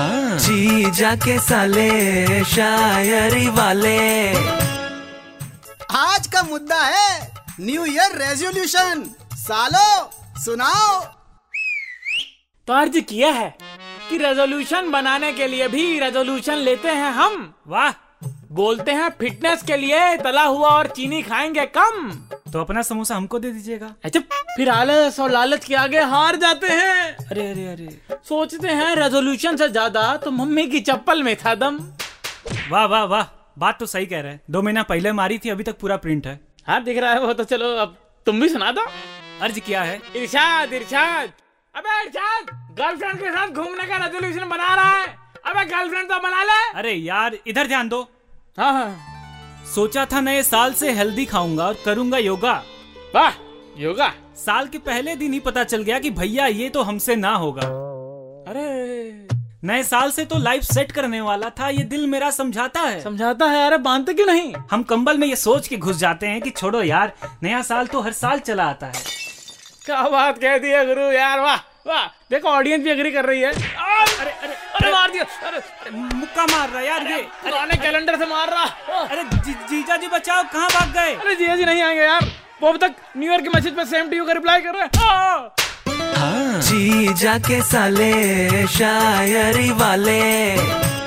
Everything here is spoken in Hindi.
जी जाके साले शायरी वाले आज का मुद्दा है न्यू ईयर रेजोल्यूशन सालो सुनाओ तो अर्ज किया है कि रेजोल्यूशन बनाने के लिए भी रेजोल्यूशन लेते हैं हम वाह बोलते हैं फिटनेस के लिए तला हुआ और चीनी खाएंगे कम तो अपना समोसा हमको दे दीजिएगा अच्छा फिर आलस और लालच के आगे हार जाते हैं अरे अरे अरे सोचते हैं रेजोल्यूशन से ज्यादा तो मम्मी की चप्पल में था दम वाह वाह वाह बात तो सही कह रहे हैं दो महीना पहले मारी थी अभी तक पूरा प्रिंट है हाँ दिख रहा है वो तो चलो अब तुम भी सुना दो अर्ज किया है इरशाद इरशाद अबे इरशाद गर्लफ्रेंड के साथ घूमने का रेजोल्यूशन बना रहा है अबे गर्लफ्रेंड तो बना ले अरे यार इधर ध्यान दो हाँ हाँ सोचा था नए साल से हेल्दी खाऊंगा और करूंगा योगा वाह योगा साल के पहले दिन ही पता चल गया कि भैया ये तो हमसे ना होगा अरे नए साल से तो लाइफ सेट करने वाला था ये दिल मेरा समझाता है समझाता है अरे बांधते क्यों नहीं हम कंबल में ये सोच के घुस जाते हैं कि छोड़ो यार नया साल तो हर साल चला आता है क्या बात कह दी है गुरु यार वाह वाह देखो ऑडियंस भी एग्री कर रही है आ, अरे अरे अरे मार दिया अरे मुक्का मार रहा यार ये पुराने कैलेंडर से मार रहा अरे जी, जीजा जी बचाओ कहाँ भाग गए अरे जी जी नहीं आएंगे यार वो अब तक न्यू ईयर के मैसेज पे सेम टू यू का रिप्लाई कर रहे हैं आ, जी जाके साले शायरी वाले